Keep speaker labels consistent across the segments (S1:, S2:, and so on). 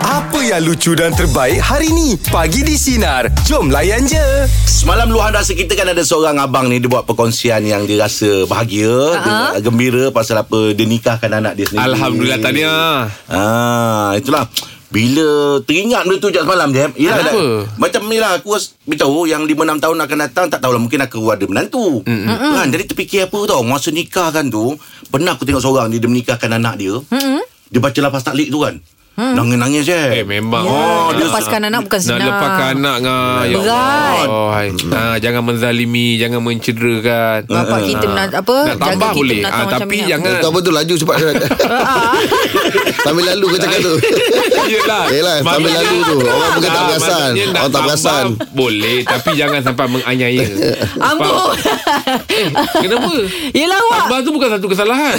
S1: Apa yang lucu dan terbaik hari ni? Pagi di Sinar. Jom layan je.
S2: Semalam luahan rasa kita kan ada seorang abang ni Dia buat perkongsian yang dia rasa bahagia uh-huh. Gembira pasal apa Dia nikahkan anak dia sendiri
S3: Alhamdulillah, ha. tahniah.
S2: ah, Itulah bila teringat benda tu sejak semalam je Yelah,
S3: Kenapa?
S2: dah- Macam ni lah Aku rasa- beritahu Yang 5-6 tahun akan datang Tak tahulah Mungkin aku ada menantu mm-hmm. kan, Jadi terfikir apa tau Masa nikah kan tu Pernah aku tengok seorang ni Dia menikahkan anak dia mm-hmm. Dia baca lafaz taklik tu kan Nangis-nangis je
S3: Eh memang
S2: Ya, Oh, dia-
S4: lepaskan anak bukan senang.
S3: Nak lepaskan anak ngah. Ya
S4: Berat.
S3: Allah. Oh, hai. ha, jangan menzalimi, jangan mencederakan.
S5: Ah,
S4: Bapak kita menat- apa,
S3: Nak tambah
S4: jaga kita
S3: boleh.
S4: menatang
S3: Ah,
S4: macam
S3: tapi
S4: minyak.
S3: jangan
S5: Tak apa tu laju cepat sangat Sambil lalu kau cakap tu
S3: Yelah
S5: lah. Yelah, sambil
S3: Maksudnya-
S5: lalu tu. Orang bukan tak
S3: Ah,
S5: perasan.
S3: maksudnya nak
S5: Orang tak
S3: tambah
S5: perasan.
S3: Boleh Tapi jangan sampai menganiaya
S4: Ambul.
S3: Eh, Kenapa?
S4: Yelah Ya, awak.
S3: Tambah tu bukan satu kesalahan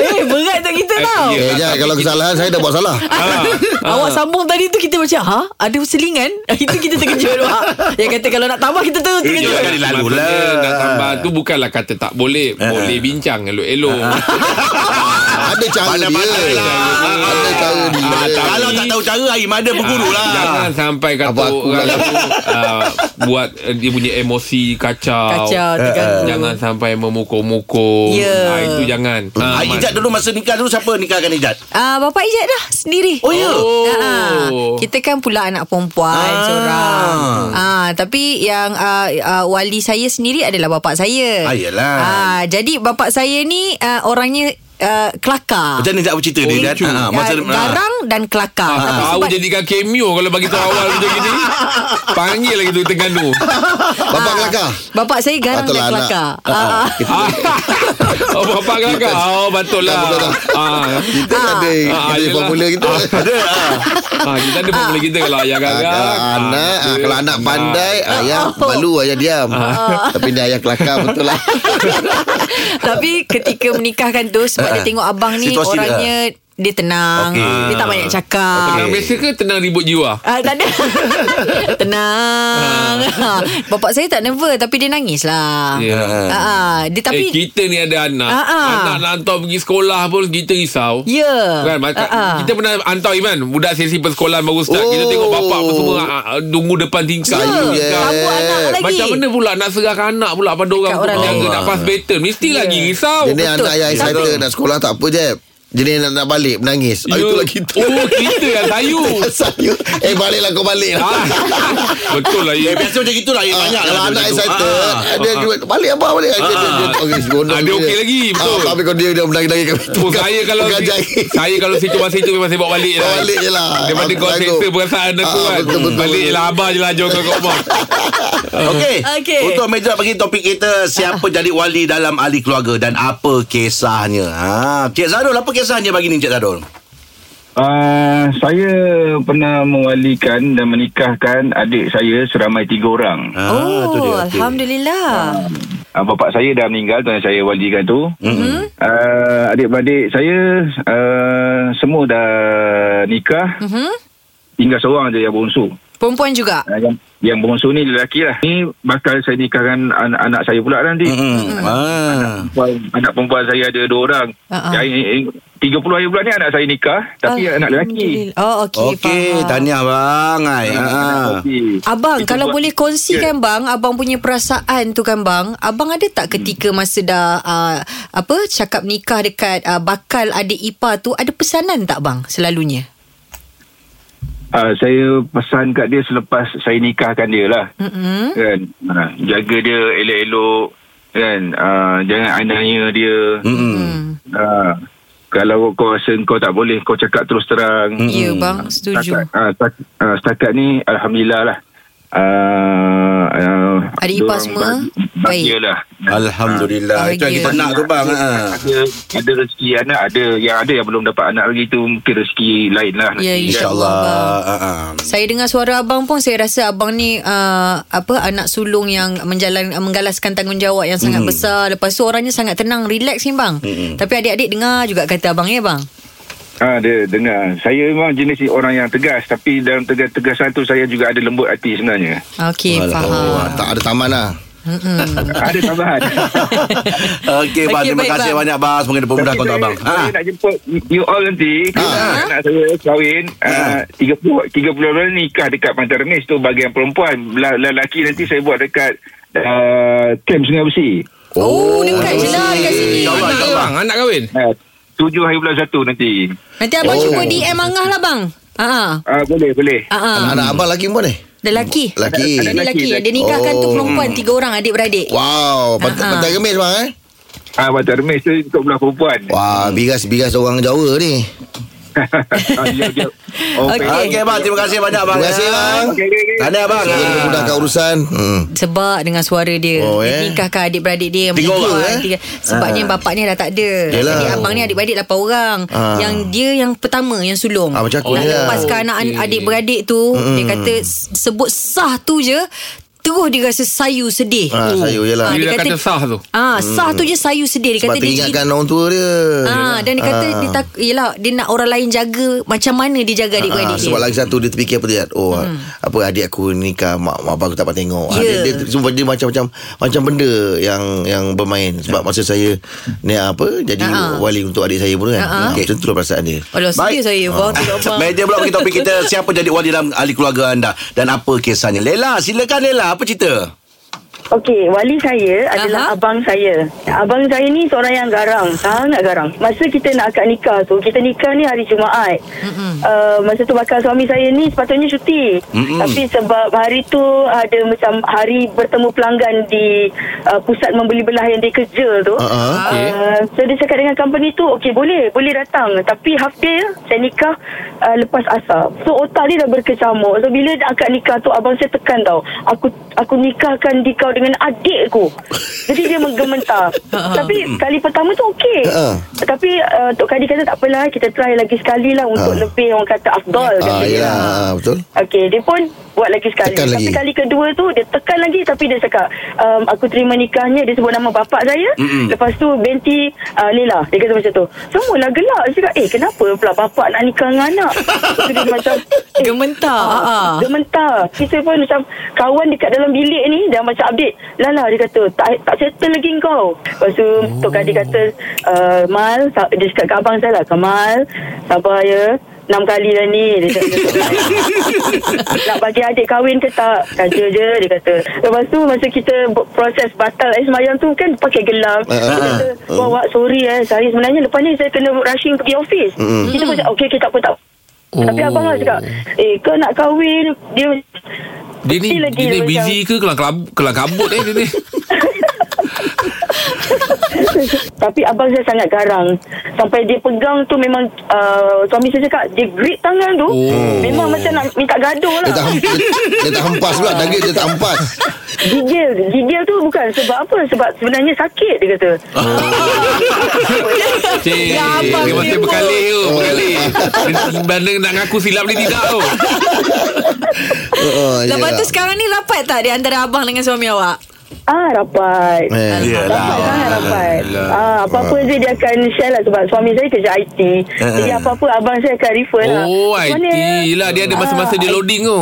S4: Eh, berat tak kita tau.
S3: Ya,
S5: Eh jangan
S3: tapi
S5: Kalau kesalahan saya dah buat salah
S4: Awak sambung tadi tu kita macam ha ada selingan itu kita terkejut awak. Yang kata kalau nak tambah kita
S2: Eh,
S4: terus terkejut.
S2: jangan lalu
S3: Maksudnya
S2: lah.
S3: Nak tambah tu bukanlah kata tak boleh
S5: Ah,
S3: Boleh bincang elok-elok
S5: Ada cara
S3: ya,
S5: dia
S2: Pandai-pandai lah.
S5: Ada cara
S3: Ah,
S5: dia
S3: tak-
S2: Kalau tak tahu cara Air mada berguru lah
S3: Jangan sampai kata
S5: Apa aku
S3: orang tu uh, Buat uh, dia punya emosi kacau
S4: Kacau
S5: Eh,
S4: terganggu.
S3: Jangan sampai memukul-mukul
S4: Ya.
S3: Ah, Itu jangan
S2: Ah,
S3: Mat.
S2: Ijat dulu masa nikah dulu Siapa nikahkan Ijat?
S4: Ah, bapak Ijat dah sendiri.
S2: Oh, ya?
S3: Oh.
S4: Ha, kita kan pula anak perempuan
S2: Ah.
S4: ah. seorang. Ah, tapi yang ah, ah, wali saya sendiri adalah bapak saya.
S2: Ah, yelah.
S4: Ah, jadi bapak saya ni ah, orangnya ah, kelakar.
S2: Macam mana Ijat bercerita dia Ijat?
S3: lucu.
S2: Ah,
S4: Ah,
S2: ah.
S4: garang dan kelakar. Tapi
S3: Ah, Tahu
S4: sebab-
S3: jadikan cameo Kalau bagi tahu awal macam gini Panggil lagi tu Tengganu
S5: Bapak kelakar
S4: Bapak saya garang dan
S5: Patutlah anak.
S4: kelakar. Ah, ah.
S3: Ah, Oh bapa kelakar Oh betul lah
S5: Tak, betul lah.
S3: Ah,
S5: Kita
S3: Ah,
S5: ada Kita ada
S3: yelah.
S5: formula kita
S2: Ada ah.
S3: ah, Kita ada formula kita Kalau ayah
S5: Ah,
S3: garang
S5: kalau
S3: ah,
S5: anak
S3: dia-
S5: ah, Kalau anak
S3: Ah. Oh.
S5: pandai Ayah malu ayah diam Tapi ni ayah kelakar betul lah
S4: Tapi ketika menikahkan tu sebab dia tengok abang ni
S2: Ah, Situasi dia.
S4: orangnya dia tenang,
S2: Okey.
S4: dia tak banyak cakap.
S3: Tenang biasa ke Tenang ribut jiwa
S4: Ah, tak ada Tenang ah. Bapak saya tak nervous Tapi dia nangis lah
S3: Ya.
S4: ah, ah. Dia
S3: Tapi, eh,
S4: tapi eh,
S3: kita ni ada anak.
S4: Ah, ah.
S3: Anak nak hantar pergi sekolah pun kita risau.
S4: Ya
S3: Kan, maka,
S4: Ah, ah.
S3: Kita pernah hantar Iman Budak sesi persekolahan baru start Kita
S5: Oh.
S3: tengok bapak apa semua ah, ah, Tunggu depan tingkap
S5: Saya,
S3: Kan.
S5: yeah.
S4: Tabur Ya. anak lagi
S3: Macam mana pula Nak serahkan anak pula Pada orang tu
S4: orang
S3: Jaga
S4: lain.
S3: nak pass battle Mesti lagi risau
S5: Jadi anak ayah excited Nak sekolah tak apa je Jadi nak, nak balik Menangis
S3: Ya.
S5: yeah. Itulah kita
S3: Oh kita yang sayu
S5: Saya Eh baliklah kau balik lah
S3: Ah, Betul lah
S2: Eh,
S3: ya.
S2: biasa macam gitulah eh, banyak
S5: Ah, Kalau
S2: lah
S5: anak
S2: macam tu.
S5: excited
S2: Ah.
S5: Dia juga Balik apa balik Dia- dia- dia-
S3: Ah.
S5: Okey seronok
S3: Ah, dia okey lagi, betul.
S5: Ah, Tapi kalau dia dah menangis-nangis kat pintu
S3: Oh, saya kalau
S5: Pengajar
S3: saya kalau situasi tu memang saya bawa balik
S5: Bawa balik je lah.
S3: Daripada
S5: Ah,
S3: kau
S5: sanggup.
S3: seksa perasaan aku
S5: Ah,
S3: kan.
S5: betul, betul,
S3: balik
S5: betul.
S3: je lah abah je lah jom kau kat rumah.
S2: Okey.
S4: Okey. Ah.
S2: Untuk meja bagi topik kita siapa jadi wali dalam ahli keluarga dan apa kisahnya. Ha, Cik Zarul apa kisahnya bagi ni Cik Zarul?
S6: Uh, saya pernah mewalikan dan menikahkan adik saya seramai tiga orang.
S2: Ha,
S4: Oh
S2: tu dia, okey. Ah.
S4: Alhamdulillah
S6: Uh, bapak saya dah meninggal tuan saya walikan tu. Mm-hmm. Uh, adik-beradik saya uh, semua dah nikah.
S4: Mhm.
S6: Tinggal seorang je yang bongsu.
S4: Perempuan juga
S6: Uh, yang yang bongsu ni lelaki lah. Ni bakal saya nikahkan an- anak saya pula nanti.
S2: Hmm.
S6: Mm-hmm.
S2: Ah.
S6: Anak perempuan saya ada dua orang.
S4: Ah, ah.
S6: Yang, 30 hari bulan ni anak saya nikah tapi anak lelaki.
S4: Alhamdulillah. Oh okey
S2: Okey,
S4: faham.
S2: tahniah bang. Ai.
S6: Ah.
S2: Ha.
S6: Lelaki.
S4: Abang
S6: Itu
S4: kalau
S6: buat- Ya.
S4: boleh kongsikan bang Abang punya perasaan tu kan bang Abang ada tak ketika
S6: Hmm.
S4: masa dah uh, Apa Cakap nikah dekat uh, Bakal adik ipar tu Ada pesanan tak bang Selalunya
S6: Uh, saya pesan kat dia selepas saya nikahkan dia lah. Mm-hmm. Kan? Uh, jaga dia elok-elok. Kan? Uh, jangan ananya dia. Mm-hmm. Uh, kalau kau rasa kau tak boleh, kau cakap terus terang.
S4: mm Ya bang setuju
S6: Setakat, uh, setakat, uh, setakat ni, Alhamdulillah lah. Uh, uh,
S4: Adik ipar semua baik.
S6: Baik lah
S2: Alhamdulillah. Itu yang kita
S4: Bahagia.
S2: nak tu bang. Ha.
S6: ada, ada rezeki anak Ada yang ada yang belum dapat anak lagi tu Mungkin rezeki lain lah
S4: Ya,
S6: nanti, kan?
S2: InsyaAllah. Ha. ha.
S4: Saya dengar suara abang pun saya rasa abang ni uh, apa anak sulung yang menjalan menggalaskan tanggungjawab yang sangat mm. besar. Lepas tu orangnya sangat tenang, relax ni bang. Mm. Tapi adik-adik dengar juga kata abang ya bang.
S6: Ah, dia dengar. Saya memang jenis orang yang tegas tapi dalam tegas-tegasan tu saya juga ada lembut hati sebenarnya.
S4: Okey, faham.
S5: Ah,
S2: Ah,
S5: Tak ada taman lah
S6: Ada tambahan.
S4: Hmm.
S2: Okey, bang.
S4: Okey,
S2: Terima
S4: baik,
S2: kasih
S4: bang.
S2: banyak, bang. Semoga dipermudah
S6: Tapi
S2: kontak
S6: saya-
S2: abang.
S6: Saya
S2: Ha.
S6: nak jemput you all nanti. Ha. Anak saya kahwin ah, 30 30 bulan nikah dekat Pantai Remis tu bahagian perempuan. La- Lelaki nanti saya buat dekat uh, kem Sungai Besi.
S4: Oh, dekat je lah dekat sini.
S2: Jauh,
S3: Anak
S2: jauh,
S3: ke
S2: bang.
S3: bang? Anak kahwin?
S6: Uh, 7 hari bulan 1 nanti.
S4: Nanti abang cuba DM Angah lah bang. Ha ah.
S6: Ah, boleh, boleh.
S4: Ha ah.
S5: Anak abang laki pun ni?
S4: Lelaki.
S5: Lelaki.
S4: Ada lelaki. Dia nikahkan tu
S5: Oh.
S4: perempuan tiga orang adik-beradik.
S5: Wow, pant-
S4: Ha-ha.
S5: pantai kemis bang eh?
S6: Ah, Pantai Remis tu untuk belah perempuan.
S5: Wah, bigas-bigas orang Jawa ni.
S6: Ah, dia- dia-
S4: Ah, Okey.
S2: Okey, bang. Terima kasih banyak, bang.
S5: Terima kasih, bang.
S6: Okey, okey, okey.
S2: Tahniah, bang.
S5: Kita
S2: Ha.
S5: memudahkan urusan. Hmm.
S4: Sebab dengan suara dia oh,
S5: Oh, eh.
S4: eh? Dia nikahkan adik-beradik dia yang
S2: Tiga
S4: perempuan,
S2: orang, eh?
S4: tiga. Sebabnya ha. bapaknya dah tak ada
S5: Yelah.
S4: Jadi abang ni adik-beradik 8 orang
S5: Ah.
S4: Yang dia yang pertama Yang sulung
S5: Ah, macam aku
S4: Nak
S5: je lah.
S4: lepaskan anak
S3: Okey.
S4: adik-beradik tu Dia kata "S- Sebut sah tu je Terus dia rasa sayu sedih
S5: Ah, sayu je lah.
S4: Ah,
S3: Bila
S4: dia
S3: dah
S4: kata,
S3: kata sah tu.
S4: Ah, sah tu je sayu sedih Dia
S5: Sebab
S4: kata dia cerita-
S5: teringatkan orang tua dia. lah.
S4: Ah, dan dia kata dia tak yelah, dia nak orang lain jaga macam mana dia jaga
S5: Ah,
S4: adik-beradik
S5: sebab
S4: dia.
S5: lagi satu dia terfikir apa dia oh hmm. apa adik aku nikah mak, mak abang aku tak dapat tengok Ah,
S4: Ya.
S5: dia, dia sumpah dia macam macam macam benda yang yang bermain sebab
S4: Ya.
S5: masa saya ni apa jadi
S4: Ha-ha.
S5: wali untuk adik saya pun kan
S4: Ha,
S5: uh-huh. macam tu lah perasaan dia Ha.
S4: Alah sedih saya bang tengok abang.
S2: Meja pula bagi topik kita Siapa jadi wali dalam ahli keluarga anda Dan apa kisahnya Lela silakan Lela Apa cerita
S7: Okey, wali saya
S4: Aha.
S7: adalah abang saya. Abang saya ni seorang yang garang, sangat garang. Masa kita nak akad nikah tu, kita nikah ni hari Jumaat. Uh, masa tu bakal suami saya ni sepatutnya cuti.
S2: Mm-mm.
S7: Tapi sebab hari tu ada macam hari bertemu pelanggan di uh, pusat membeli belah yang dia kerja tu.
S5: Ha-ha.
S3: Okey.
S7: Uh, so dia cakap dengan company tu Okey boleh Boleh datang Tapi half day Saya nikah uh, Lepas asar So otak dia dah berkecamuk So bila nak akad nikah tu Abang saya tekan tau Aku aku nikahkan di kau Dengan adik aku Jadi dia menggementar Tapi kali pertama tu okey
S5: Hmm. Ha.
S7: Tapi uh, Tok Kadi kata tak apalah Kita try lagi sekali lah Untuk
S5: Ha.
S7: lebih Orang kata afdol
S5: ah
S7: kata dia.
S5: yalah ah, betul
S7: Okey, dia pun buat lagi sekali.
S5: Tekan
S7: tapi
S5: lagi.
S7: kali kedua tu dia tekan lagi tapi dia cakap, um, aku terima nikahnya dia sebut nama bapak saya.
S2: Mm-mm.
S7: Lepas tu binti uh, Lela. Dia kata macam tu. Semualah gelak. Dia cakap, "Eh, kenapa pula bapak nak nikah dengan anak?" Lepas tu dia macam eh,
S4: Gementar.
S7: ah,
S4: Ah.
S7: Gementar. Kita pun macam kawan dekat dalam bilik ni dah macam update. Lala dia kata, "Tak tak settle lagi kau." Lepas tu oh. Tok Kadi kata, uh, "Mal, sa- dia cakap kat abang saya lah, Kamal, sabar ya." Enam kali dah ni Dia cakap nak bagi adik kahwin ke tak Saja je dia kata Lepas tu masa kita bu- proses batal air semayang tu kan pakai gelang uh, Dia
S5: ah,
S7: kata Wah wak sorry eh Saya sebenarnya lepas ni saya kena rushing pergi office Kita pun cakap okay, okay tak apa tak apa." Tapi abang lah cakap Eh kau nak kahwin Dia
S3: Dia ni,
S7: Mesti lagi
S3: dia ni
S7: macam-
S3: busy ke kelang, kelab- kelang kabut eh dia ni?
S7: Tapi abang saya sangat garang Sampai dia pegang tu memang uh, Suami saya cakap Dia grip tangan tu
S3: Oh.
S7: Memang macam nak minta gaduh
S5: dia
S7: lah
S5: Eh, tak hempas dia tak hempas pula daging dia tak hempas
S7: Gigil Gigil tu bukan sebab apa Sebab sebenarnya sakit Dia kata
S3: Cik,
S4: Ya, abang
S3: dia masih
S4: sibuk.
S3: berkali tu, berkali. Dia Banding nak ngaku silap ni tidak tu.
S5: Oh,
S4: Lepas tu
S5: yalah.
S4: sekarang ni rapat tak di antara abang dengan suami awak?
S7: Ah rapat
S5: Eh.
S7: Rapat sangat rapat ah, Apa-apa je dia akan share lah Sebab suami saya kerja IT Jadi apa-apa abang saya akan refer lah
S3: Oh, IT
S7: Macam mana?
S3: lah. Dia ada masa-masa dia loading tu.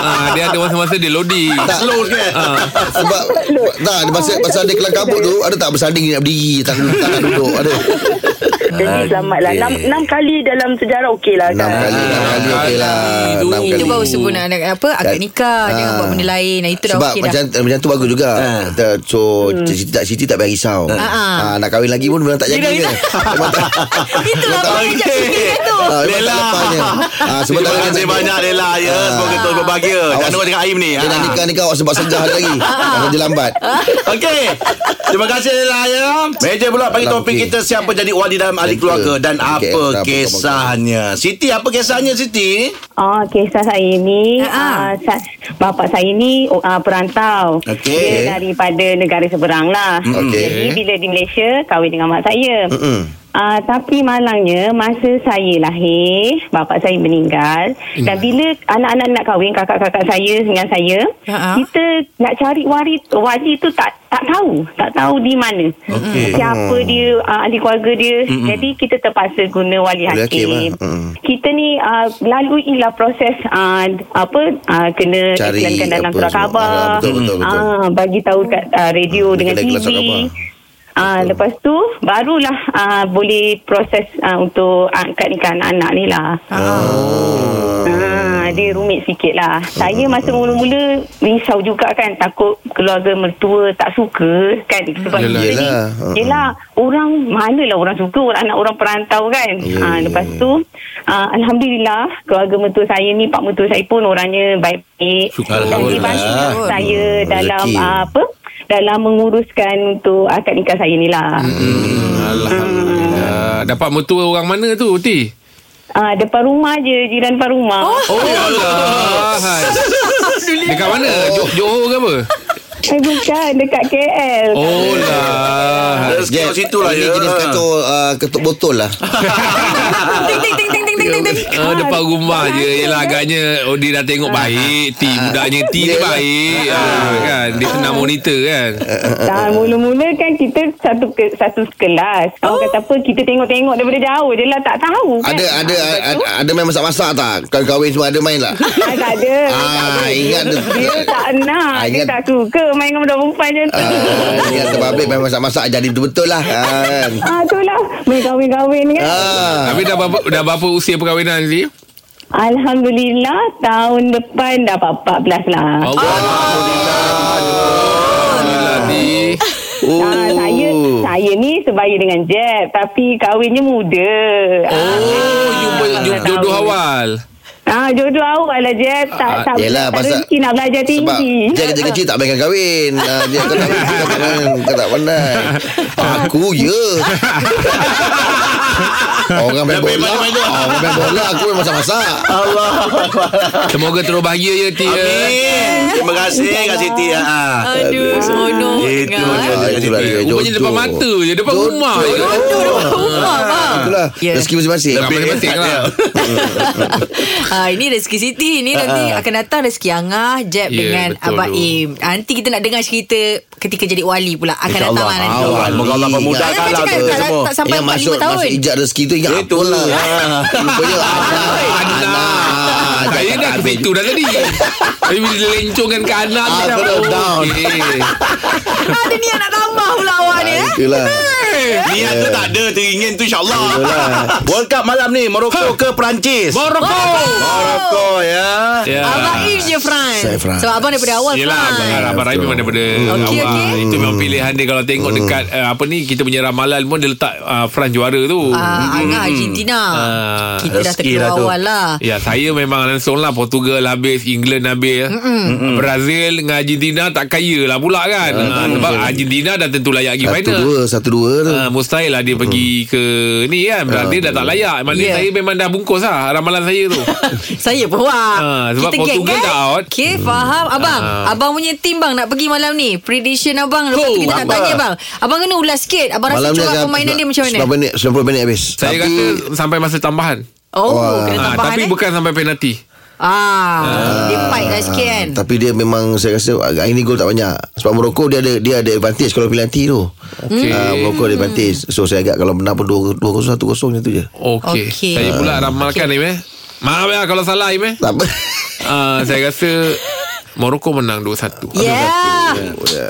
S3: Ah, Dia ada masa-masa dia loading.
S5: slow ke Ah. sebab tak pasal pasal dia kelang kabut tu ada tak bersanding nak berdiri tak tak nak duduk ada
S7: Jadi selamat lah enam, enam kali dalam sejarah okey lah
S5: enam
S7: kan
S5: kali enam kali okey lah enam
S3: Itu
S5: kali
S4: Itu baru sebut nak nak apa akad
S5: Dan-
S4: nikah jangan
S5: Ah.
S4: buat benda lain. Nah, itu dah
S5: Sebab
S4: okey
S5: macam
S4: dah.
S5: macam tu bagus juga.
S2: Ah.
S5: Ha. So hmm. Siti tak Siti tak payah risau. Ha.
S4: ah.
S5: nak kahwin lagi pun memang tak jadi
S4: Dia dah
S5: dia. Memang tak.
S4: Itulah abang yang cakap sikit tu.
S5: Ah, memang
S2: Lela.
S5: tak lepasnya. Ah sebab tak
S2: Terima kasih banyak Lela ya
S1: Ah.
S2: Semoga terus berbahagia
S5: Awas.
S2: Jangan lupa dengan Aim ni
S5: Dia nak
S2: ha.
S5: nikah nikah awak sebab sejah dia
S4: Ah,
S5: lagi. Kalau dia lambat.
S2: Okey Terima kasih Lela ya Meja pula bagi
S5: Alam,
S2: topik
S5: okey.
S2: kita Siapa jadi wali dalam ahli
S5: Betul.
S2: keluarga Dan
S5: Okey,
S2: apa
S5: kenapa
S2: kisahnya Siti apa kisahnya Siti
S8: Ah, kisah saya
S4: Ah,
S8: ni
S4: ah.
S8: ah, sa- bapa saya ni oh, ah, perantau.
S2: Okey.
S8: Dia daripada negara seberang lah.
S5: Okey.
S4: Mm-hmm.
S8: Jadi bila di Malaysia kahwin dengan mak saya.
S5: Mm-mm.
S8: Uh, tapi malangnya masa saya lahir bapa saya meninggal dan bila anak-anak nak kahwin kakak-kakak saya dengan saya
S4: Ha-ha.
S8: kita nak cari waris wali tu tak tak tahu tak tahu di mana
S2: Okey.
S8: siapa
S5: Hmm.
S8: dia uh, ahli keluarga dia
S2: Mm-mm.
S8: jadi kita terpaksa guna
S5: Wali
S8: wali
S5: hakim,
S8: hakim
S5: ah. Mm.
S8: kita ni uh, laluilah proses uh, apa uh, kena
S5: Cari
S8: iklankan dalam
S5: apa
S8: surat
S5: semua.
S8: khabar
S5: Ah, betul, betul, betul.
S8: Ah, bagi tahu kat uh, radio
S5: Ah,
S8: dengan
S5: kedai
S8: TV
S5: kelas surat khabar. Betul.
S8: Ah, lepas tu barulah ah, boleh proses ah, untuk akad nikah anak-anak ni lah. Oh. Ah, dia rumit sikit lah. Saya masa mula-mula risau juga kan takut keluarga mertua tak suka kan sebab
S3: Yelah.
S8: kita ni
S5: Yelah.
S8: yelah orang manalah orang suka orang anak orang perantau kan.
S5: Ya,
S8: ah,
S5: ya,
S8: lepas
S5: ya.
S8: tu ah, alhamdulillah keluarga mertua saya ni pak mertua saya pun orangnya baik-baik
S3: Syukur.
S8: dan dia bantu
S5: Alhamdulillah.
S8: saya
S5: Hmm,
S8: dalam
S5: rezeki.
S8: ah, apa dalam menguruskan untuk akad nikah saya ni lah. Hmm.
S3: Alhamdulillah. Dapat mertua orang mana tu, Uti?
S8: Ah, depan rumah je, jiran depan rumah. Oh.
S3: Oh, ya Allah. Hai. Dekat mana? Jo- Johor ke apa?
S8: Eh, bukan, dekat KL.
S3: Oh lah.
S2: Rezeki kat situ lah
S5: Ah, Ini
S2: ya.
S5: jenis kacau uh, ketuk botol lah
S4: Ting ting ting ting ting ting ting.
S3: Uh, depan rumah je Yelah agaknya oh, Dia dah tengok baik T budaknya T ni baik Ah, kan Dia senang monitor kan
S5: Ah,
S8: Dah mula-mula kan kita satu ke, satu kelas. Orang kata apa, kita tengok-tengok daripada jauh je lah, tak tahu kan.
S5: Oh. Ada ada
S8: Ah, lepas
S5: ada,
S8: tu,
S5: ada main masak-masak tak? Kalau kahwin semua ada main lah
S8: Ah, tak ada.
S5: Ah, ingat tu.
S8: Dia tak nak.
S5: Ah,
S8: Dia
S5: ingat-
S8: tak suka main dengan budak perempuan macam tu.
S5: Ah, Ingat tempat baik main masak-masak Jadi betul-betul lah Ah, kan
S8: Ah, tu lah. Main kahwin-kahwin kan.
S5: Ah.
S3: Habis dah berapa, dah berapa usia perkahwinan ni?
S8: Alhamdulillah, tahun depan dapat 14 lah.
S3: Allah Alhamdulillah Alhamdulillah Ti
S5: Oh.
S8: Ah, saya saya ni sebaya dengan Jeb tapi kahwinnya muda.
S3: Oh you ber- you jodoh awal
S8: Ah jodoh awal lah Jeb tak
S5: Ah,
S8: tak
S5: yelah,
S8: tak
S5: pasal-
S8: rezeki nak belajar
S5: Sebab
S8: tinggi.
S5: dia kerja kecil tak mainkan kahwin ah, Dia kau tak kau tak pandai Kau tak pandai Aku ya Orang main bola Ah, Orang main bola Aku main masak-masak
S3: Ah, Semoga terus bahagia ya Ti ya.
S2: Amin. Eh, Terima kasih Kak Siti. Ha.
S4: Aduh, seronok
S2: Itu
S4: dengar.
S2: dia.
S3: ya,
S5: Ah, itulah dia
S3: Rupanya
S5: jodoh.
S3: depan mata je Depan
S5: Jodoh.
S3: rumah je
S4: Aduh, depan rumah bang.
S5: Itulah
S4: Ya.
S5: Rezeki masing-masing
S3: Depan masing-masing
S2: Ya,
S3: lah
S4: Ah ini rezeki Siti ni nanti akan datang rezeki Angah Jeb
S3: Ya,
S4: dengan
S3: betul
S4: Abang
S3: tu.
S4: Im. Ah, nanti kita nak dengar cerita ketika jadi wali pula akan
S5: Insya
S4: datang lah
S5: Allah.
S4: nanti.
S5: Awal.
S2: Moga Allah
S4: Saya
S2: memudahkan
S4: kan
S2: lah
S4: cakap
S2: tu
S4: tak,
S2: semua.
S4: tak sampai
S5: Ingat
S4: 45
S5: masuk,
S4: tahun.
S5: Masuk ijak rezeki tu Ingat
S2: Itu
S5: apa lah
S2: lah.
S5: Rupanya
S3: Ah, Saya dah ke situ dah tadi Tapi bila lencongkan ke anak
S5: Ah,
S3: dah-
S5: terus down.
S3: Okey.
S4: Ah, Ada niat nak tambah pula awak ni eh.
S5: Ya? Itulah
S2: Ah, Niat tu tak ada Teringin tu insyaAllah World Cup malam ni Morocco ke Perancis
S3: Morocco
S2: Morocco ya
S3: Ya.
S4: Abang Im je Fran.
S5: Saya Fran.
S4: Sebab abang daripada awal
S3: Yelah
S4: Fran.
S3: Abang, abang Rahim memang daripada
S4: Okey,
S3: awal.
S4: okey.
S3: Itu memang pilihan dia Kalau tengok dekat uh, Apa ni Kita punya ramalan pun Dia letak uh, France juara tu
S4: Ah, Angah Argentina.
S3: Ah,
S4: Kita dah
S2: rezeki
S4: terkeluar
S2: lah tu.
S4: awal lah.
S3: Ya saya memang langsung lah Portugal habis England habis Mm-mm. Brazil dengan Argentina Tak kaya lah pula kan ha, Sebab Argentina dah tentu layak pergi
S5: Ya, Satu
S3: final
S5: dua Satu dua tu
S3: Ha, mustahil lah dia pergi ke ni
S5: Ya,
S3: kan Brazil dah tak layak Maknanya
S4: Yeah.
S3: saya memang dah bungkus lah Ramalan saya tu
S4: Saya pun wah.
S3: Ah, sebab Hmm. Portugal dah out.
S4: Okay, faham. Abang,
S3: Ah.
S4: abang punya tim bang nak pergi malam ni. Prediction abang. Lepas tu
S3: Oh,
S4: kita nak
S2: abang.
S4: tanya bang. Abang kena ulas sikit. Abang rasa corak permainan dia macam mana?
S5: 90 minit 90 minit habis
S3: Saya
S5: Tapi- ah,
S3: kata sampai masa tambahan
S4: Oh,
S5: Wah.
S4: kena
S3: Ah,
S4: tambahan
S3: Tapi
S4: eh.
S3: bukan sampai penalti
S4: Ah, dia fight lah sikit kan.
S5: Tapi dia memang saya rasa hari ni gol tak banyak. Sebab Morocco dia ada dia ada advantage kalau penalti tu. Okay. Uh, Morocco ada advantage. So saya agak kalau menang pun 2-0 1-0 macam tu je.
S3: Okey
S4: Okey.
S3: okay. Saya pula ramalkan okay. Im eh Maaf ya kalau salah Im eh
S5: Tak apa.
S3: uh, Saya rasa Morocco menang 2-1
S4: Yeah.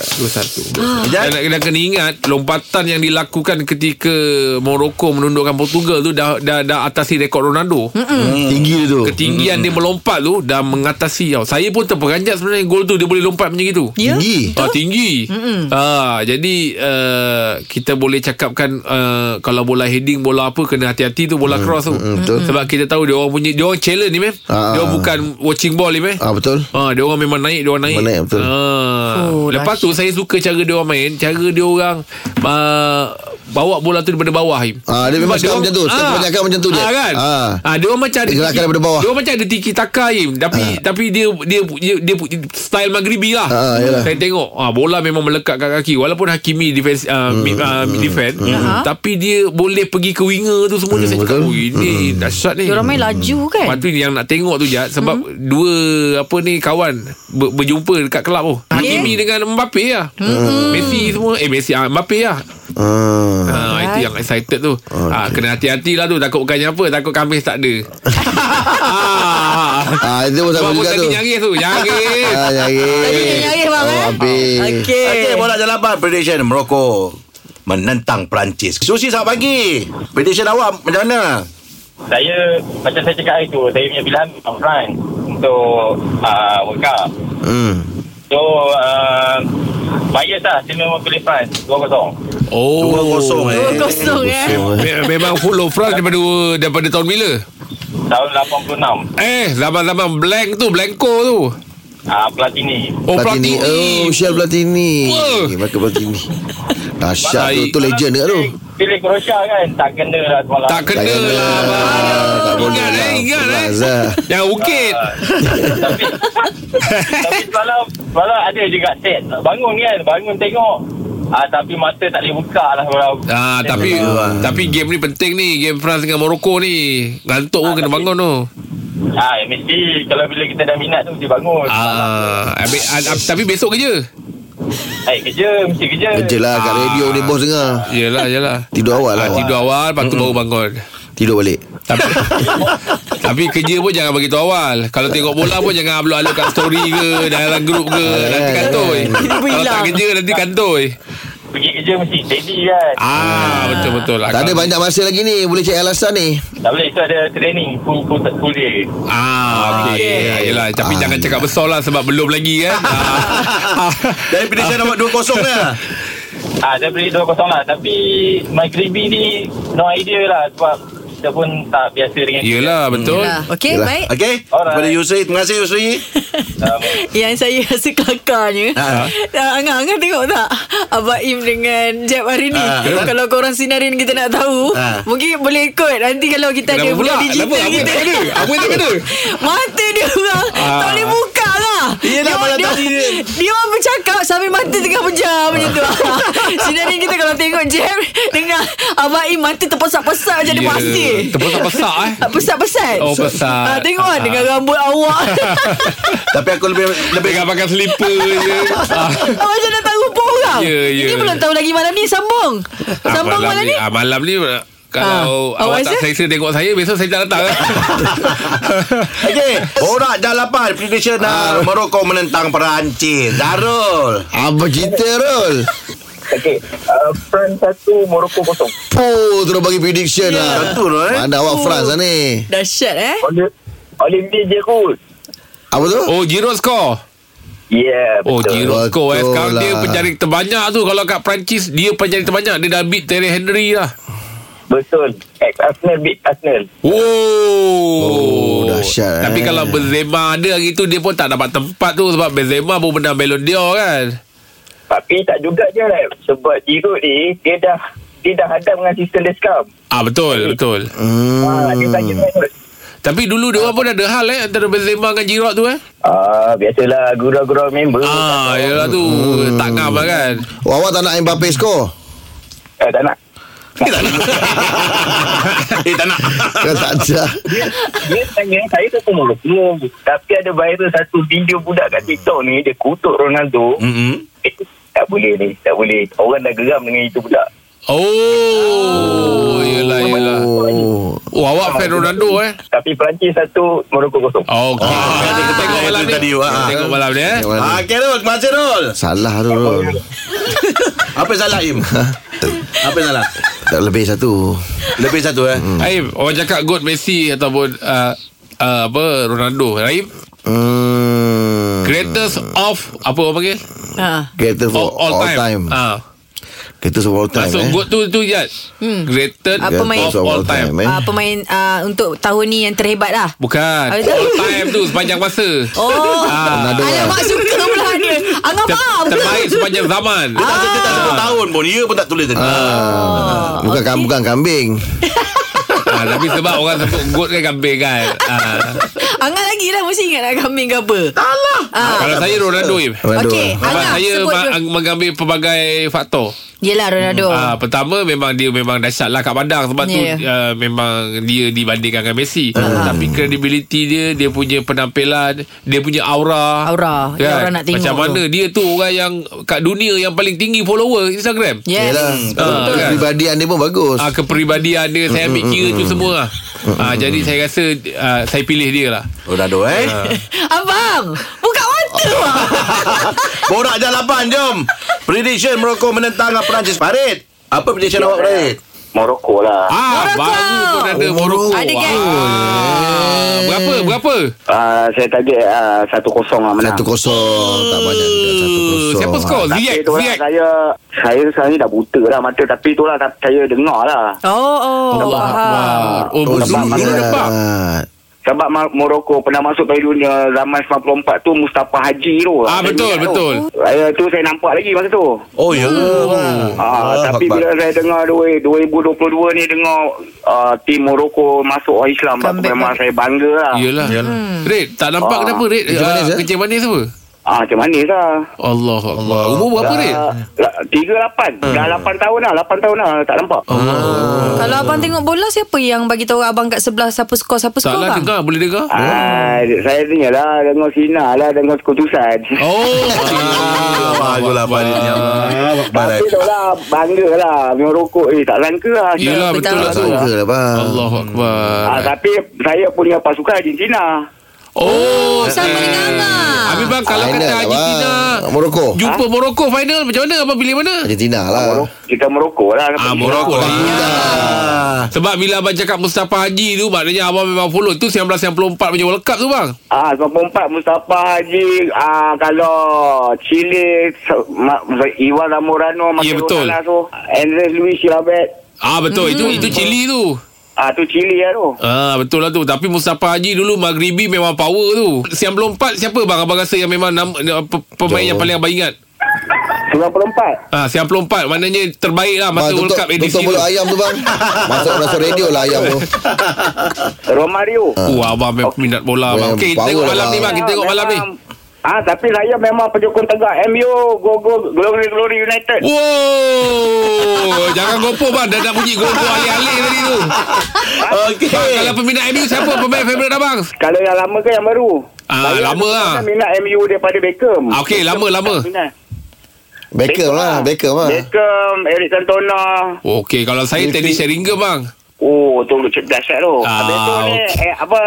S3: 2-1 dan, dan kena ingat Lompatan yang dilakukan ketika Morocco menundukkan Portugal tu Dah, dah, dah atasi rekod Ronaldo
S5: Tinggi dia tu.
S3: Ketinggian dia melompat tu Dah mengatasi tau Saya pun terperanjat sebenarnya Gol tu dia boleh lompat macam itu
S4: Ya.
S5: Tinggi.
S3: Ah, tinggi. Ah, jadi uh, kita boleh cakapkan uh, kalau bola heading bola apa kena hati-hati tu bola cross tu.
S5: betul.
S3: Sebab kita tahu dia orang punya dia orang challenge ni meh.
S5: Ah.
S3: Dia orang bukan watching ball ni meh.
S5: Ah betul.
S3: Ah, dia orang memang naik, dia orang naik.
S5: Memang naik, betul.
S3: Ah,
S4: Oh.
S3: Lepas tu saya suka cara dia orang main, cara dia orang uh, bawa bola tu daripada bawah. Im.
S5: Ah, dia memang
S3: Sebab
S5: suka macam tu. Setiap kebanyakan macam tu je.
S3: Ah, kan?
S5: Ah.
S3: Ah. dia orang macam ada
S5: Dia gerakkan
S3: tiki-
S5: daripada bawah.
S3: Dia orang macam ada tiki taka Im. Tapi tapi dia dia dia, dia, dia style Maghribi lah.
S5: Ah, yalah.
S3: saya tengok ah bola memang melekat kat kaki walaupun Hakimi defense uh,
S5: Hmm,
S3: mid, uh, mid defense tapi dia boleh pergi ke winger tu semua saya cakap,
S5: Hmm, betul.
S3: "Oh, ini dahsyat ni."
S4: Diorang main laju kan
S3: Lepas tu yang nak tengok tu Jad Sebab hmm. dua apa ni kawan ber, Berjumpa dekat kelab tu Hakimi dengan Mbappe lah Ah, hmm. Messi semua Eh Messi ah, Mbappe lah
S5: Ah.
S3: ha, Itu yang excited tu ha, Kena hati-hati lah tu Takut bukannya apa Takut kamis tak ada ha.
S5: Ah, itu pun
S3: Sebab
S5: sama
S3: pun
S5: juga
S3: tadi
S5: tu.
S3: nyari tu Nyari
S5: Ah, nyari.
S4: Tadi dia nyari bang
S5: Oh,
S4: eh
S5: habis.
S4: Okey
S2: Okey, bola jalapan prediction Morocco menentang Perancis. Susi selamat pagi. Prediction awak macam mana?
S6: Saya Macam saya cakap hari tu Saya punya pilihan Orang France Untuk uh, World Cup
S5: Hmm.
S6: So uh, Bias lah Saya memang pilih France 2-0
S3: Oh
S2: 2-0 eh.
S4: Kosong eh
S3: Me- Memang follow France daripada daripada tahun bila?
S6: Tahun 86
S3: Eh, zaman-zaman blank tu, blanko tu.
S6: uh, Platini
S3: Oh,
S5: Platini.
S3: Platini.
S5: Oh, Syal Platini.
S3: Wah.
S5: Eh, Michael Platini. Dahsyat tu.
S3: Baik.
S5: Tu legend dekat tu.
S6: Pilih- Pilih Croatia kan Tak kena lah semalam
S3: Tak kena lah abang.
S5: Ah, Tak boleh
S3: Ingat
S5: lah.
S3: eh Ingat eh
S5: Azhar.
S3: Yang ukit
S6: Tapi Tapi semalam Semalam ada juga set Bangun kan Bangun tengok Ah, tapi mata tak boleh buka lah semalam
S3: Ah, tapi tapi game ni penting ni Game France dengan Morocco ni Gantuk pun kena bangun tu
S6: Ah, mesti kalau bila kita dah minat tu mesti bangun.
S3: ah, habis, ah, ah, Tapi besok kerja
S6: Eh, kerja, mesti kerja.
S5: Kerja lah kat radio ni bos dengar.
S3: Yelah yelah
S5: Tidur awal lah.
S3: ah, Tidur awal Lepas tu baru bangun
S5: Tidur balik.
S3: tapi, tapi kerja pun jangan bagi tahu awal Kalau tengok bola pun jangan upload-upload kat story ke Dalam grup ke Nanti kantoi Kalau tak kerja nanti kantoi
S6: Pergi kerja mesti steady kan.
S3: Ah betul-betul lah
S5: Tak ada banyak masa lagi ni Boleh cek alasan ni
S6: Tak boleh, itu ada training full, full, full day.
S3: Ah, okey. Okay. Yelah, tapi
S5: Ah.
S3: jangan cakap besar lah sebab belum lagi kan. Ah.
S2: Dari prediction awak 2-0 lah.
S6: Ah, dia beli 2-0 lah. Tapi, my Gribi ni, no idea lah sebab kita pun tak biasa dengan
S3: Yelah, betul.
S4: Lah, Okey
S5: Yelah.
S4: baik
S2: Okey?
S6: Alright.
S2: Kepada Yusri, terima kasih Yusri.
S4: Yang saya rasa kelakarnya
S2: Ha.
S3: Ah,
S4: uh, Angah Angah tengok tak Abang Im dengan Jeb hari ni
S3: Ah,
S2: Ha, kenapa?
S4: Kalau korang sinarin kita nak tahu
S2: Ha.
S4: Mungkin boleh ikut Nanti kalau kita
S3: Kenapa
S4: ada
S3: pula?
S4: budak digital
S3: Kenapa? Apa
S4: kita
S3: tak ada? Apa tak ada?
S4: Mata dia orang Tak
S3: Ah.
S4: boleh buka lah
S2: Yelah,
S4: Dia-
S2: malam
S4: dia,
S2: tadi
S4: dia,
S2: dia-
S4: orang bercakap Sambil mata tengah pejam macam tu
S3: Ah.
S4: Sinarin kita kalau tengok Jeb Dengan Abang Im mata terpesat-pesat Macam dia
S3: Ya,
S4: pasir
S3: terpesak-pesak, eh?
S4: Pesat-pesat
S3: Oh, pesat.
S4: Ah, Tengok
S3: Ah.
S4: dengan rambut awak
S2: Tapi aku lebih lebih
S3: Pegang pakai slipper je. Ah.
S4: Ah, Macam dah tahu pun orang
S3: Ya, ya.
S4: Ini belum tahu lagi malam ni Sambung
S3: Ah,
S4: Sambung malam ni
S3: ah, malam ni kalau
S4: Ah, awak
S3: awak tak
S4: rasa?
S3: selesa tengok saya Besok saya tak datang eh.
S2: Okey, borak dah lapan prediction ah. Morocco menentang Perancis. Darul.
S5: Apa cerita Rol
S6: Okey, uh, France 1, Morocco 0.
S5: Puh Terus bagi prediction
S3: Ya.
S5: lah
S2: Betul, eh?
S5: Mana awak France lah ni
S4: Dahsyat eh
S6: Oleh, Olivier Giroud.
S5: Apa tu
S3: Oh Giroud skor
S6: Yeah,
S3: Oh Giroud
S5: Betul
S3: skor eh. Sekarang dia
S5: lah.
S3: penjaring terbanyak tu Kalau kat Perancis Dia penjaring terbanyak Dia dah beat Terry Henry lah
S6: Betul. Ex-Arsenal beat Arsenal.
S3: Oh,
S5: Oh, dahsyat,
S3: Tapi
S5: eh.
S3: kalau Benzema ada hari tu Dia pun tak dapat tempat tu Sebab Benzema pun menang Ballon d'Or kan
S6: Tapi tak juga je Sebab Giroud ni Dia dah Dia dah hadap dengan sistem Deskam
S3: Ah betul betul.
S6: hmm. ha, Dia tak kira
S3: Tapi dulu dia orang pun ada hal eh antara Benzema dengan Giroud tu eh.
S6: Ah, biasalah gurau-gurau member.
S3: Ah yalah tu hmm. tak ngam lah kan.
S5: Oh, awak tak nak Mbappe skor
S6: Eh, tak nak.
S2: Eh, tak nak.
S5: Kan tak ada
S6: Dia tanya saya tu pun Morocco. Tapi ada viral satu video budak kat TikTok ni dia kutuk Ronaldo. Hmm.
S2: Mm-mm.
S6: Eh, tak boleh ni, tak boleh. Orang dah geram dengan itu budak.
S3: Oh, yalah yalah.
S5: Oh
S3: Oh awak fan Ronaldo eh.
S6: Tapi Perancis satu, Morocco kosong.
S3: Okey. Ah, kita tengok
S2: Ah,
S3: malam
S2: itu
S3: ni.
S2: tadi,
S3: Kita
S2: ah.
S3: Tengok malam ni eh.
S5: Yang mana?
S2: Ah, Okey, Rul. Terima kasih, Rul.
S5: lah. Salah tu Rol
S2: Apa yang salah, Im? Apa yang salah?
S5: Tak lebih satu
S2: Lebih satu, eh?
S3: Aib, orang cakap God Messi ataupun uh, uh, apa Ronaldo. Aib,
S5: Hmm
S3: greatest of apa orang panggil?
S4: ha.
S3: Of
S5: Greater for all, time,
S3: Ah.
S5: Greater for all time
S3: Masuk
S5: eh.
S3: God tu tu Jad. Hmm. Greatest
S4: Apa
S5: Greatest
S4: main?
S3: of all time.
S5: eh.
S4: Ah, Pemain ah, untuk tahun ni yang terhebat lah
S3: Bukan
S4: Apa tu?
S3: All time tu Sepanjang masa
S4: Oh
S3: Ah.
S4: Alamak suka pula ni Angah faham ke?
S3: Terbaik sepanjang zaman
S2: Dia tak, dia tak sebut tahun pun Dia pun tak tulis tadi
S4: Ah,
S5: Bukan, okay. bukan kambing
S3: ah, Tapi sebab orang sebut Goat kan kambing kan ah.
S4: Angah lagi lah Mesti ingat nak kambing ke apa Tak lah ah.
S3: Kalau saya Ronaldo Im
S5: Ronaldo.
S4: Okey
S3: Sebab
S4: Angah
S3: Ah, saya
S4: sebut
S3: ma-
S4: dulu.
S3: mengambil pelbagai faktor
S4: Yelah Ronaldo
S3: Ah, pertama memang dia memang dahsyat lah kat Padang sebab
S4: Oh.
S3: yeah.
S4: Yeah.
S3: tu uh, memang dia dibandingkan dengan Messi. Tapi credibility dia, dia punya penampilan, dia punya aura. Kan?
S4: Aura, yang orang nak tengok
S3: Macam
S4: tu.
S3: mana dia tu orang yang kat dunia yang paling tinggi follower Instagram.
S4: Yes
S5: Yelah
S3: Ah, kan?
S5: Peribadian dia pun bagus
S3: Ah, kepribadian dia saya
S4: Mm,
S3: ambil kira tu semua lah. Ah, jadi saya rasa ah, saya pilih dia lah.
S2: Ronaldo eh
S4: Abang Ah, Buka mata bang.
S2: Borak dah 8 jom Prediction Morocco menentang Perancis Farid Apa prediction awak Farid?
S8: Morocco lah
S3: Ah,
S4: Morocco.
S3: baru pun ada
S5: Oh, Eh.
S3: Morocco.
S4: Ada geng.
S3: Ah, berapa? Berapa?
S8: uh, Saya target uh, 1-0 lah menang
S5: Satu kosong Tak banyak juga Satu kosong
S3: Hmm.
S5: lah. Oh,
S3: Siapa skor?
S8: Tapi
S3: Ziyech,
S8: itulah
S3: Ziyech.
S8: saya Saya sekarang ni dah buta lah mata Tapi itulah tak- saya dengar lah
S4: Oh oh
S8: Nampak.
S4: faham.
S3: Ah, Oh,
S5: Oh,
S3: betul.
S5: Ziyech.
S3: Baru nampak.
S8: Sebab Ma- Morocco pernah masuk Piala Dunia zaman 94 tu Mustafa Haji tu.
S3: Ah, betul, betul.
S8: Saya tu saya nampak lagi masa tu.
S2: Oh ya
S8: Ah, tapi bila saya dengar dua- 2022 ni dengar uh, tim Morocco masuk All Islam
S4: Comeback
S8: aku memang
S4: balik.
S8: saya bangga lah.
S3: Yalah. Yalah. Red, tak nampak
S8: Ah.
S3: kenapa Red?
S5: Kencing manis,
S3: Ah,
S5: eh?
S3: Kencing manis apa?
S8: Ah, macam mana lah.
S3: Allah Allah. Umur berapa Red?
S8: Dah- Tiga lapan.
S5: Hmm.
S8: Dah lapan tahun lah. Lapan tahun lah. Tak nampak.
S3: Oh.
S4: Kalau abang tengok bola Siapa yang bagi tahu abang kat sebelah Siapa skor Siapa skor
S3: Salah
S4: bang
S3: dengar, boleh dengar?
S8: Ah, saya tanya lah. Dengar Sina lah. Dengar Sekutusan.
S3: Hmm. Oh.
S2: Ah, Baguslah Faridnya
S8: Tapi tu lah Bangga lah Minum rokok Eh tak sangka lah
S3: Yelah betul lah tu.
S5: Sangka lah bang
S3: Allah Akbar.
S8: Ah, tapi saya punya pasukan Argentina.
S3: Oh,
S4: Sama dengan Angah
S3: Habis bang kalau
S5: Final
S3: kata
S5: lah,
S3: Argentina
S5: bang. Morocco
S3: jumpa Morocco final macam mana abang pilih mana?
S5: Argentina lah
S8: Moro- kita merokok lah.
S3: Ah, Morocco lah. Ah. Sebab bila abang cakap Mustafa Haji tu Maknanya abang memang follow Tu 1994 punya World Cup tu bang
S8: Ah, 94 Mustafa Haji ah, Kalau Chile so, Ma, Iwan Zamorano Marcelo
S3: Ya, betul.
S8: Salas tu Andres Luis Chilabet
S3: Ah betul Itu itu Chile tu
S8: ah, Tu Chile lah tu
S3: Ah betul lah tu Tapi Mustafa Haji dulu Maghribi memang power tu Siang belum empat Siapa bang abang rasa Yang memang nam, eh, pe- Pemain
S5: Jauh.
S3: yang paling abang ingat
S8: 94
S3: Ah, siang belum empat Maknanya terbaik lah
S5: Bang,
S3: Masa World
S5: tutup,
S3: Cup edisi
S5: tutup
S3: tu
S5: mulut ayam tu bang Masuk masuk radio lah ayam tu
S8: Romario
S3: Wah abang memang minat bola bang
S5: Memang
S3: Okay kita
S5: power
S3: tengok
S5: lah,
S3: malam ni
S5: bang.
S3: bang Kita tengok malam ni
S8: Ah, tapi saya memang penyokong tegak MU Go Go Glory Glory United
S3: Oh. Wow Jangan gopoh bang Dah nak bunyi gopoh alih-alih tadi tu
S2: Okey
S3: Bang kalau peminat MU Siapa pemain favourite abang
S8: Kalau yang lama ke yang baru?
S3: Ah,
S8: Saya
S3: lama
S8: tak
S3: lah.
S8: Minat MU daripada Beckham.
S3: Ah, okey, lama, lama.
S8: Tak minat.
S5: Beckham lah Beckham lah
S8: Beckham, Eric Cantona.
S3: Okay kalau saya
S5: Milky.
S3: Teddy Sheringham bang
S8: Oh, tu lu cip dahsyat tu.
S3: Ah,
S8: Habis tu ni,
S3: okey.
S8: eh, apa?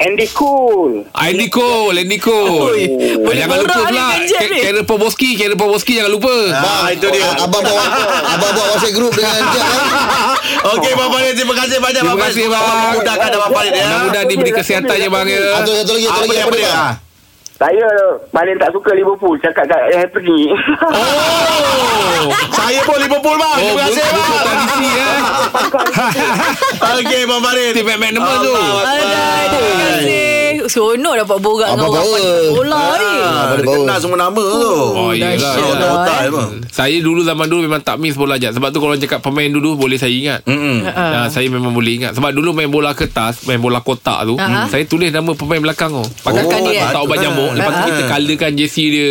S8: Andy Cole.
S3: Andy Cole Andy Cole
S4: boleh
S3: Jangan lupa
S4: borak
S3: pula
S4: ni ganjil ni.
S3: Karen Poboski Karen Poboski jangan lupa
S2: Ah, itu dia
S5: Ya, Abang bawa Abang bawa WhatsApp group dengan Jack eh. bang
S2: Okey Abang Farid Terima kasih banyak
S3: Terima
S2: Abang
S3: kasih,
S2: Farid.
S3: bang.
S2: Allah Memudahkan Abang Farid ya
S3: Mudah-mudahan diberi kesihatan je bang ya. Oh,
S5: Satu satu lagi Satu
S2: Apa
S5: lagi
S2: dia
S5: apa
S2: apa
S5: dia
S2: dia
S5: bang?
S2: Ah.
S8: Saya paling tak suka Liverpool. Cakap eh, kat Anthony.
S3: Oh.
S2: Saya pun Liverpool bang
S3: Oh,
S2: Terima kasih
S3: betul-betul
S2: bang
S3: tradisi eh.
S2: Okey Abang Farid
S3: Tim McManaman tu.
S2: Allah
S4: Alah, terima kasih. Seronok dapat borak dengan
S5: Abang
S4: orang
S5: power.
S4: pandai bola ni.
S2: Ah, Dia
S5: Bau.
S2: kenal semua nama tu
S3: Oh, yelah.
S2: So,
S3: yelah.
S2: dah otak dia, bang.
S3: Saya dulu zaman dulu memang tak miss bola jat. Sebab tu kalau cakap pemain dulu boleh saya ingat.
S2: Mm-mm.
S3: Ha,
S4: Ah,
S3: saya memang boleh ingat Sebab dulu main bola kertas Main bola kotak tu
S4: Ha.
S3: Saya tulis nama pemain belakang tu Pakai
S4: Belakang
S3: oh,
S4: dia. Ah, Hmm.
S3: Tak ubat jamur Lepas tu
S2: Ha.
S3: kita colourkan jersey dia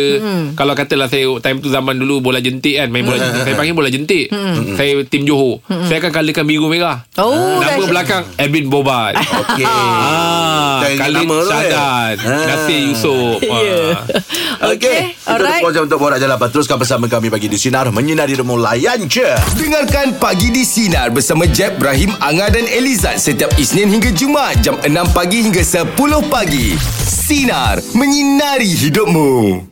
S3: Kalau katalah saya Time tu zaman dulu Bola jentik kan Main bola jentik Saya panggil bola jentik
S4: Hmm.
S3: Hmm. Saya tim Johor Saya akan colourkan biru merah
S4: Oh,
S3: Nama
S4: dahsyat.
S3: belakang Edwin Bobat
S2: Okey
S3: Ah,
S2: Kita ingat
S3: Khalid
S2: nama tu, eh?
S3: Sadat
S2: Ah.
S3: Nasir Yusof
S4: Ya.
S3: Ah. yeah.
S2: Okey,
S4: Okay, alright.
S2: Itu saja untuk Borak Jalan Lepas. Teruskan bersama kami bagi di Sinar Menyinari Demo Layan je
S1: Dengarkan Pagi di Sinar bersama Jeb, Ibrahim, Anga dan Elizad setiap Isnin hingga Jumaat jam 6 pagi hingga 10 pagi. Sinar. Menyinari hidupmu.